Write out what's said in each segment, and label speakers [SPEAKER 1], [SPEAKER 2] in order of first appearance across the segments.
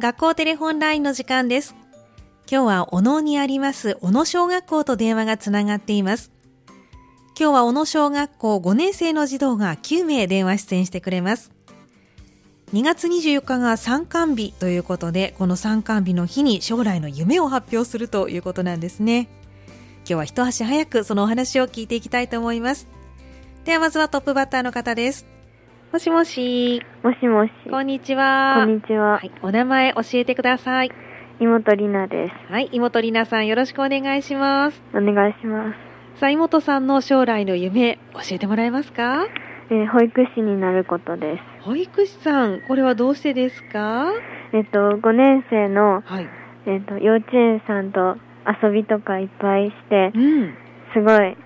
[SPEAKER 1] 学校テレホンラインの時間です。今日は小野にあります小野小学校と電話がつながっています。今日は小野小学校5年生の児童が9名電話出演してくれます。2月24日が参観日ということで、この参観日の日に将来の夢を発表するということなんですね。今日は一足早くそのお話を聞いていきたいと思います。ではまずはトップバッターの方です。もしもし、
[SPEAKER 2] もしもし。
[SPEAKER 1] こんにち
[SPEAKER 2] こ
[SPEAKER 1] は
[SPEAKER 2] ん。にちは。
[SPEAKER 1] はい、お名前教えてください。
[SPEAKER 2] 妹里奈です。
[SPEAKER 1] はい、妹里奈さんよろしくお願いします。
[SPEAKER 2] お願いします。
[SPEAKER 1] さあ、妹さんの将来の夢、教えてもらえますか
[SPEAKER 2] えー保育士になることです。
[SPEAKER 1] 保育士さん、これはどうしてですか
[SPEAKER 2] えっ、と、5年生の、
[SPEAKER 1] はい。
[SPEAKER 2] えっ、と、幼稚園さんと遊びとかいっぱいして
[SPEAKER 1] う、ん。
[SPEAKER 2] すごい、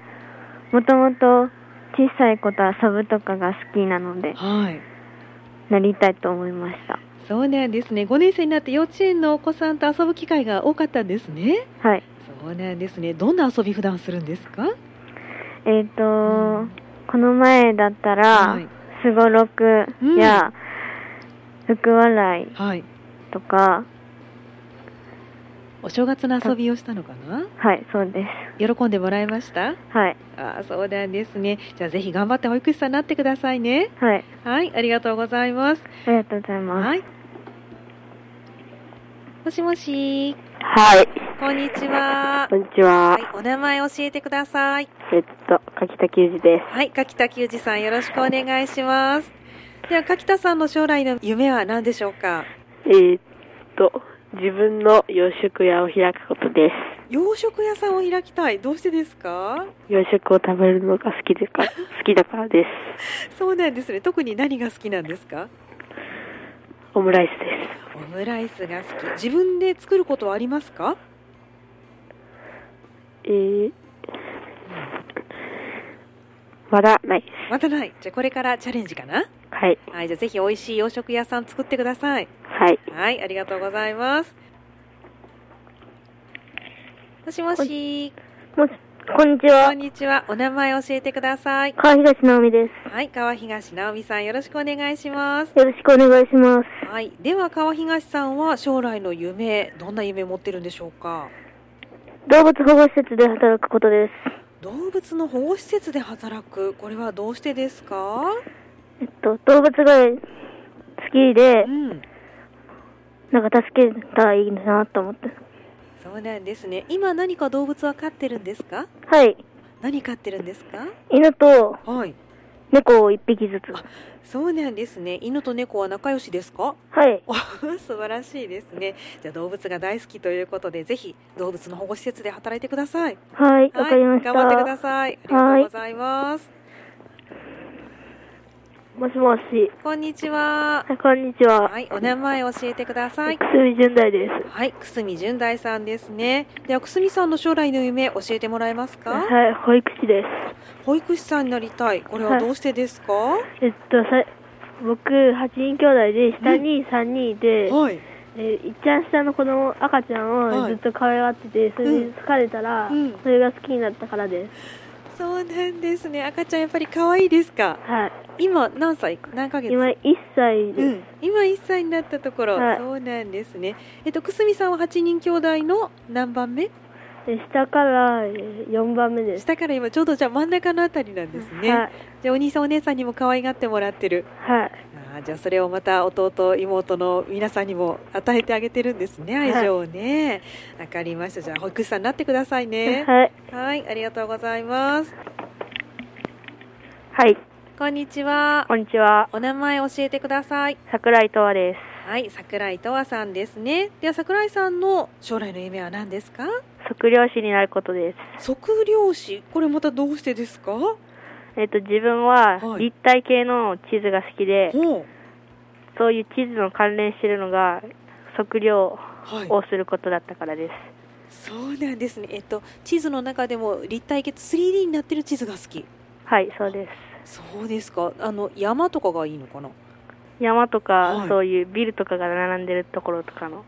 [SPEAKER 2] もともと小さい子と遊ぶとかが好きなので、
[SPEAKER 1] はい。
[SPEAKER 2] なりたいと思いました。
[SPEAKER 1] そうなんですね。5年生になって幼稚園のお子さんと遊ぶ機会が多かったんですね。
[SPEAKER 2] はい。
[SPEAKER 1] そうなんですね。どんな遊び普段するんですか
[SPEAKER 2] えっ、と、
[SPEAKER 1] うん
[SPEAKER 2] この前だったら
[SPEAKER 1] はい、
[SPEAKER 2] すごろくや、福笑い
[SPEAKER 1] はい。
[SPEAKER 2] とか、
[SPEAKER 1] お正月の遊びをしたのかな
[SPEAKER 2] はい、そうです。
[SPEAKER 1] 喜んでもらえました
[SPEAKER 2] はい、
[SPEAKER 1] ああ、そうなんですね。じゃあぜひ頑張って保育士さんになってくださいね。
[SPEAKER 2] はい。
[SPEAKER 1] はい、ありがとうございます。
[SPEAKER 2] ありがとうございます。
[SPEAKER 1] はい。もしもし、
[SPEAKER 2] はい。
[SPEAKER 1] こんにちは。
[SPEAKER 2] こんにちは。
[SPEAKER 1] はい、お名前教えてください。
[SPEAKER 2] えっと、柿田球児です。
[SPEAKER 1] はい、柿田久司さん、よろしくお願いします。では、柿田さんの将来の夢は何でしょうか
[SPEAKER 2] えっと、自分の洋食屋を開くことです。
[SPEAKER 1] 洋食屋さんを開きたい。どうしてですか
[SPEAKER 2] 洋食を食べるのが好きで か、好きだからです。
[SPEAKER 1] そうなんですね。特に何が好きなんですか
[SPEAKER 2] オムライスで
[SPEAKER 1] オムライスが好き。自分で作ることはありますか
[SPEAKER 2] す。えー、まだないです。
[SPEAKER 1] またない。じゃあ、これからチャレンジかな
[SPEAKER 2] はい。
[SPEAKER 1] はい、じゃあ、ぜひ美味しい洋食屋さん作ってください。
[SPEAKER 2] はい。
[SPEAKER 1] はい、ありがとうございます。もしもし、
[SPEAKER 2] もし、こんにち
[SPEAKER 1] こ
[SPEAKER 2] は
[SPEAKER 1] ん。にちは。お名前教えてください。
[SPEAKER 2] 川東直美です。
[SPEAKER 1] はい、川東直美さん、よろしくお願いします。
[SPEAKER 2] よろしくお願いします。
[SPEAKER 1] はい、では川東さんは将来の夢、どんな夢持ってるんでしょうか。
[SPEAKER 2] 動物保護施設で働くことです。
[SPEAKER 1] 動物の保護施設で働く、これはどうしてですか。
[SPEAKER 2] えっと、動物が好きで
[SPEAKER 1] うん、
[SPEAKER 2] なんか助けたらいいなと思って。
[SPEAKER 1] そうなんですね。今何か動物は飼ってるんですか。
[SPEAKER 2] はい。
[SPEAKER 1] 何飼ってるんですか。
[SPEAKER 2] 犬と
[SPEAKER 1] はい、
[SPEAKER 2] 猫を一匹ずつ。
[SPEAKER 1] そうなんですね。犬と猫は仲良しですか。
[SPEAKER 2] はい。
[SPEAKER 1] お 素晴らしいですね。じゃあ動物が大好きということで、ぜひ動物の保護施設で働いてください。
[SPEAKER 2] はい。わ、
[SPEAKER 1] はい
[SPEAKER 2] かりました。
[SPEAKER 1] 頑張ってください。ありがとうございます。
[SPEAKER 2] もしもし。
[SPEAKER 1] こんにちは。
[SPEAKER 2] あこんにちは。
[SPEAKER 1] はい、お名前教えてください
[SPEAKER 2] く。すみ純大です。
[SPEAKER 1] はい、くすみじゅんだいさんですね。では、くすみさんの将来の夢教えてもらえますか。
[SPEAKER 2] はい、保育士です。
[SPEAKER 1] 保育士さんになりたい。これはどうしてですか。は
[SPEAKER 2] えっと、さ僕、8人兄弟で、下に3人いて、
[SPEAKER 1] い。
[SPEAKER 2] えー、一番下の子供、赤ちゃんを
[SPEAKER 1] はい
[SPEAKER 2] ずっと可愛がってて、それに疲れたら、
[SPEAKER 1] うん
[SPEAKER 2] それが好きになったからです。
[SPEAKER 1] そうなんですね。赤ちゃんやっぱり可愛いですか。
[SPEAKER 2] はい。
[SPEAKER 1] 今何歳？何ヶ月？
[SPEAKER 2] 今、1歳です。
[SPEAKER 1] うん、今1歳になったところ、
[SPEAKER 2] はい
[SPEAKER 1] そうなんですね。えっと、くすみさんは8人兄弟の何番目
[SPEAKER 2] で下から4番目です。
[SPEAKER 1] 下から今ちょうどじゃあ真ん中のあたりなんですね。
[SPEAKER 2] はい。
[SPEAKER 1] じゃあお兄さんお姉さんにも可愛がってもらってる。
[SPEAKER 2] はい。
[SPEAKER 1] あーじゃあそれをまた弟妹の皆さんにも与えてあげてるんですね
[SPEAKER 2] はい
[SPEAKER 1] 愛情をね。わ、かりましたじゃあ保育士さんになってくださいね。
[SPEAKER 2] はい。
[SPEAKER 1] はいありがとうございます。
[SPEAKER 2] はい。
[SPEAKER 1] こんにちは。
[SPEAKER 2] こんにちは。
[SPEAKER 1] お名前教えてください。
[SPEAKER 2] 桜井とわです。
[SPEAKER 1] はい桜井とわさんですね。では桜井さんの将来の夢は何ですか？
[SPEAKER 2] 測量士になることです。
[SPEAKER 1] 測量士これまたどうしてですかほ
[SPEAKER 2] えっと、自分は
[SPEAKER 1] はい
[SPEAKER 2] 立体系の地図が好きで、
[SPEAKER 1] う
[SPEAKER 2] そういう地図の関連してるのが測量
[SPEAKER 1] はい
[SPEAKER 2] をすることだったからです。
[SPEAKER 1] そうなんですねえっと地図の中でも立体系 3D になってる地図が好き
[SPEAKER 2] はい、そうです。
[SPEAKER 1] そうですかあの山とかがいいのかな
[SPEAKER 2] 山とか、
[SPEAKER 1] はい
[SPEAKER 2] そういうビルとかが並んでるところとかの、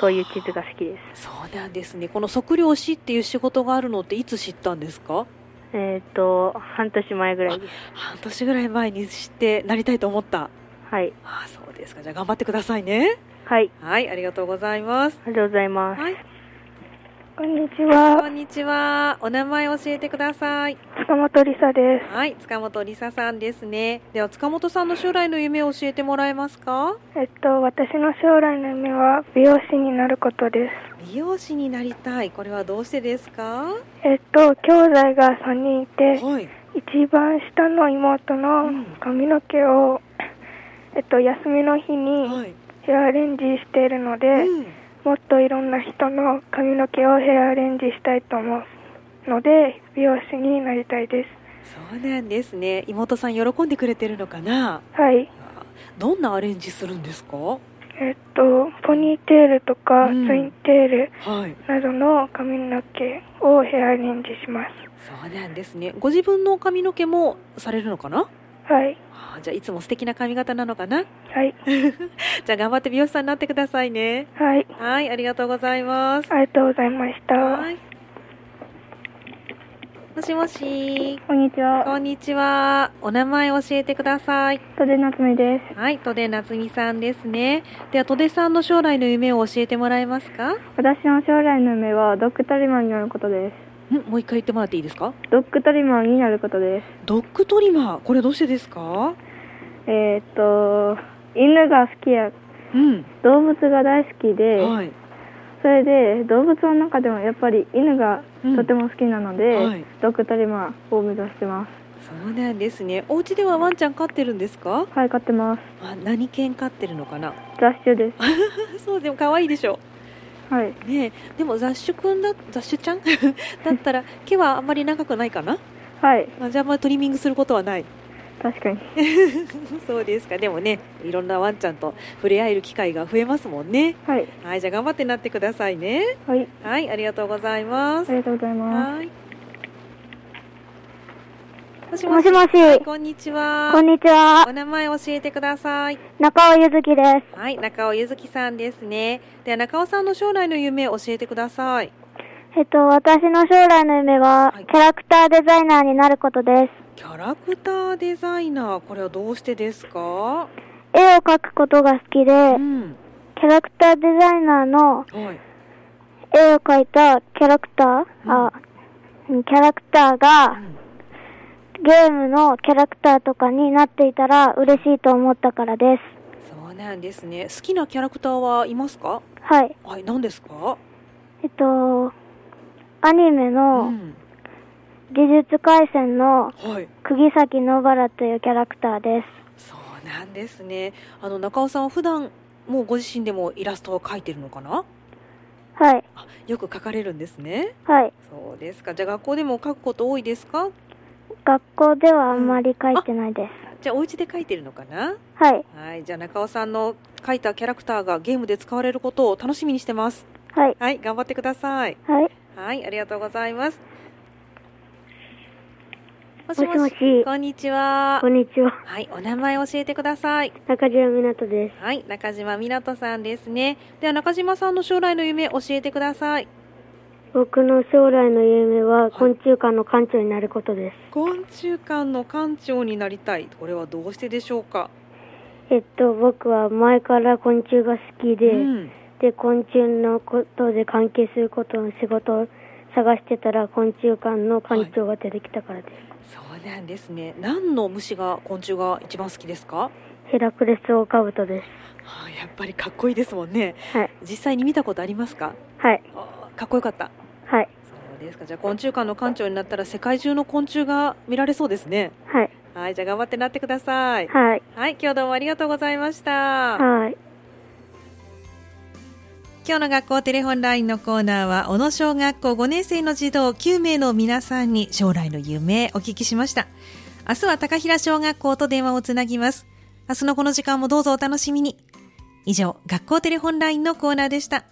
[SPEAKER 2] そういう地図が好きです。
[SPEAKER 1] そうなんですねこの測量士っていう仕事があるのっていつ知ったんですか
[SPEAKER 2] えっと、半年前ぐらいです。
[SPEAKER 1] 半年ぐらい前に知ってなりたいと思った
[SPEAKER 3] はい。
[SPEAKER 1] ああそうですかじゃあ頑張ってくださいね
[SPEAKER 3] はい。
[SPEAKER 1] はいありがとうございます
[SPEAKER 3] ありがとうございます。
[SPEAKER 1] はい
[SPEAKER 2] こんにち
[SPEAKER 1] こ
[SPEAKER 2] は、
[SPEAKER 1] んにちはお名前教えてください
[SPEAKER 2] 塚本理沙で
[SPEAKER 1] はい塚本梨沙さんですねでは塚本さんの将来の夢を教えてもらえますか
[SPEAKER 2] す。えっと、私の将来の夢は美容師になることで
[SPEAKER 1] 美容師になりたいこれはどうしてですか
[SPEAKER 2] す。えっと、兄弟が3人いて、
[SPEAKER 1] はい
[SPEAKER 2] 一番下の妹の
[SPEAKER 1] うん
[SPEAKER 2] 髪の毛を、えっと、休みの日に
[SPEAKER 1] はい
[SPEAKER 2] ヘアアレンジしているので、
[SPEAKER 1] うん
[SPEAKER 2] もっといろんな人の髪の毛をヘアアレンジしたいと思うので、美容師になりたいです。
[SPEAKER 1] そうなんですね妹さん喜んでくれてるのかな
[SPEAKER 2] はい。
[SPEAKER 1] どんなアレンジするんですかは
[SPEAKER 2] えっと、ポニーテールとか、
[SPEAKER 1] うん
[SPEAKER 2] ツインテール
[SPEAKER 1] い
[SPEAKER 2] などの髪の毛をヘアアレンジします。
[SPEAKER 1] そうなんですねご自分の髪の毛もされるのかな
[SPEAKER 2] はい。
[SPEAKER 1] あーじゃあいつも素敵な髪型なのかな
[SPEAKER 2] はい。
[SPEAKER 1] じゃあ頑張って美容師さんになってくださいね
[SPEAKER 2] はい。
[SPEAKER 1] はいありがとうございます
[SPEAKER 2] ありがとうございました。
[SPEAKER 1] はいもしもし
[SPEAKER 2] こんにちは。
[SPEAKER 1] こんにちは。お名前教えてください。
[SPEAKER 2] とでなつみです。
[SPEAKER 1] はい、戸出夏美さんですね。では、戸出さんの将来の夢を教えてもらえますか
[SPEAKER 2] 私の将来の夢はドッグトリマーになることで
[SPEAKER 1] んもう一回言ってもらっていいですか
[SPEAKER 2] す。ドッグトリマーになることです。
[SPEAKER 1] ドッグトリマー、これどうしてですか
[SPEAKER 2] えーっと、犬が好きや、
[SPEAKER 1] うん。
[SPEAKER 2] 動物が大好きで、
[SPEAKER 1] はい。
[SPEAKER 2] それで動物の中でもやっぱり犬がとても好きなので、
[SPEAKER 1] うんはい
[SPEAKER 2] ドッグトリマーを目指してます。
[SPEAKER 1] そうなんですね。お家ではワンちゃん飼ってるんですか
[SPEAKER 2] はい、飼ってます。
[SPEAKER 1] あ何犬飼ってるのかな
[SPEAKER 2] 雑種です。
[SPEAKER 1] そう、でも可愛いでしょ。
[SPEAKER 2] はい。
[SPEAKER 1] ねえでも雑種くんだ、雑種ちゃん だったら毛はあんまり長くないかな
[SPEAKER 2] はい。
[SPEAKER 1] あじゃああんまりトリミングすることはない。
[SPEAKER 2] 確かに。
[SPEAKER 1] そうですか。でもね、いろんなワンちゃんと触れ合える機会が増えますもんね。
[SPEAKER 2] はい。
[SPEAKER 1] はい、じゃあ頑張ってなってくださいね。
[SPEAKER 2] はい。
[SPEAKER 1] はい、ありがとうございま
[SPEAKER 2] あ
[SPEAKER 1] す。
[SPEAKER 2] りがとうございます。
[SPEAKER 1] はい。もし
[SPEAKER 4] も
[SPEAKER 1] もし
[SPEAKER 4] し、もし、
[SPEAKER 1] こんにちは
[SPEAKER 4] こ。んにちは。
[SPEAKER 1] お名前教えてください。
[SPEAKER 4] 中尾ゆずきです。
[SPEAKER 1] はい、中尾ゆずきさんですね。では中尾さんの将来の夢教えてください。
[SPEAKER 4] えっと、私の将来の夢は
[SPEAKER 1] はい、
[SPEAKER 4] キャラクターデザイナーになることです。
[SPEAKER 1] キャラクターデザイナー、これはどうしてですか？
[SPEAKER 4] 絵を描くことが好きで
[SPEAKER 1] う、ん、
[SPEAKER 4] キャラクターデザイナーの
[SPEAKER 1] はい、
[SPEAKER 4] 絵を描いたキャラクター、あ、うんキャラクター
[SPEAKER 1] う
[SPEAKER 4] が
[SPEAKER 1] ん
[SPEAKER 4] ゲームのキャラクターとかになっていたら嬉しいと思ったからです。
[SPEAKER 1] そうなんですね。好きなキャラクターはいますか？
[SPEAKER 4] はい。
[SPEAKER 1] はい、何ですか？
[SPEAKER 4] えっと、アニメの
[SPEAKER 1] ん、
[SPEAKER 4] 呪術廻戦
[SPEAKER 1] は
[SPEAKER 4] の
[SPEAKER 1] い。
[SPEAKER 4] 釘崎野原というキャラクターです。
[SPEAKER 1] そうなんですね。あの中尾さんは普段もうご自身でもイラストを描いてるのかな？
[SPEAKER 4] はい。
[SPEAKER 1] あ、よく描かれるんですね。
[SPEAKER 4] はい。
[SPEAKER 1] そうですか。じゃあ学校でも描くこと多いですか？
[SPEAKER 4] 学校ではあんまり書いてないです。
[SPEAKER 1] じゃあお家で描いてるのかな？
[SPEAKER 4] はい。
[SPEAKER 1] はい。じゃあ中尾さんの描いたキャラクターがゲームで使われることを楽しみにしてます。
[SPEAKER 4] はい。
[SPEAKER 1] はい、頑張ってください。
[SPEAKER 4] はい。
[SPEAKER 1] はい、ありがとうございます。も
[SPEAKER 4] もしもし
[SPEAKER 1] こんにちは
[SPEAKER 4] こ。んにちは。
[SPEAKER 1] はい、お名前教えてください。
[SPEAKER 4] 中島みなとです。
[SPEAKER 1] はい、中島みなとさんですね。では中島さんの将来の夢教えてください。
[SPEAKER 4] 僕の将来の夢は
[SPEAKER 1] 昆
[SPEAKER 4] 虫館の館長になることです。
[SPEAKER 1] 昆虫館の館長になりたい。これはどうしてでしょうか。
[SPEAKER 4] えっと、僕は前から昆虫が好きで、
[SPEAKER 1] うん、
[SPEAKER 4] で、昆虫のことで関係することの仕事を探してたら昆虫館の館長が出てきたからです。
[SPEAKER 1] そうなんですね。何の虫が昆虫が一番好きですか。
[SPEAKER 4] ヘラクレスオオカブトで
[SPEAKER 1] はあ、やっぱりかっこいいですもんね。
[SPEAKER 4] す。はい。
[SPEAKER 1] 実際に見たことありますか。
[SPEAKER 4] はい。
[SPEAKER 1] あーかっこよかった。
[SPEAKER 4] はい。
[SPEAKER 1] そうですか。じゃあ昆虫館の館長になったら世界中の昆虫が見られそうですね。
[SPEAKER 4] はい。
[SPEAKER 1] はい、じゃあ頑張ってなってください。
[SPEAKER 4] はい。
[SPEAKER 1] はい、今日どうもありがとうございました。
[SPEAKER 4] はい。
[SPEAKER 1] 今日の学校テレホンラインのコーナーは小野小学校5年生の児童9名の皆さんに将来の夢お聞きしました明日は高平小学校と電話をつなぎます明日のこの時間もどうぞお楽しみに以上学校テレホンラインのコーナーでした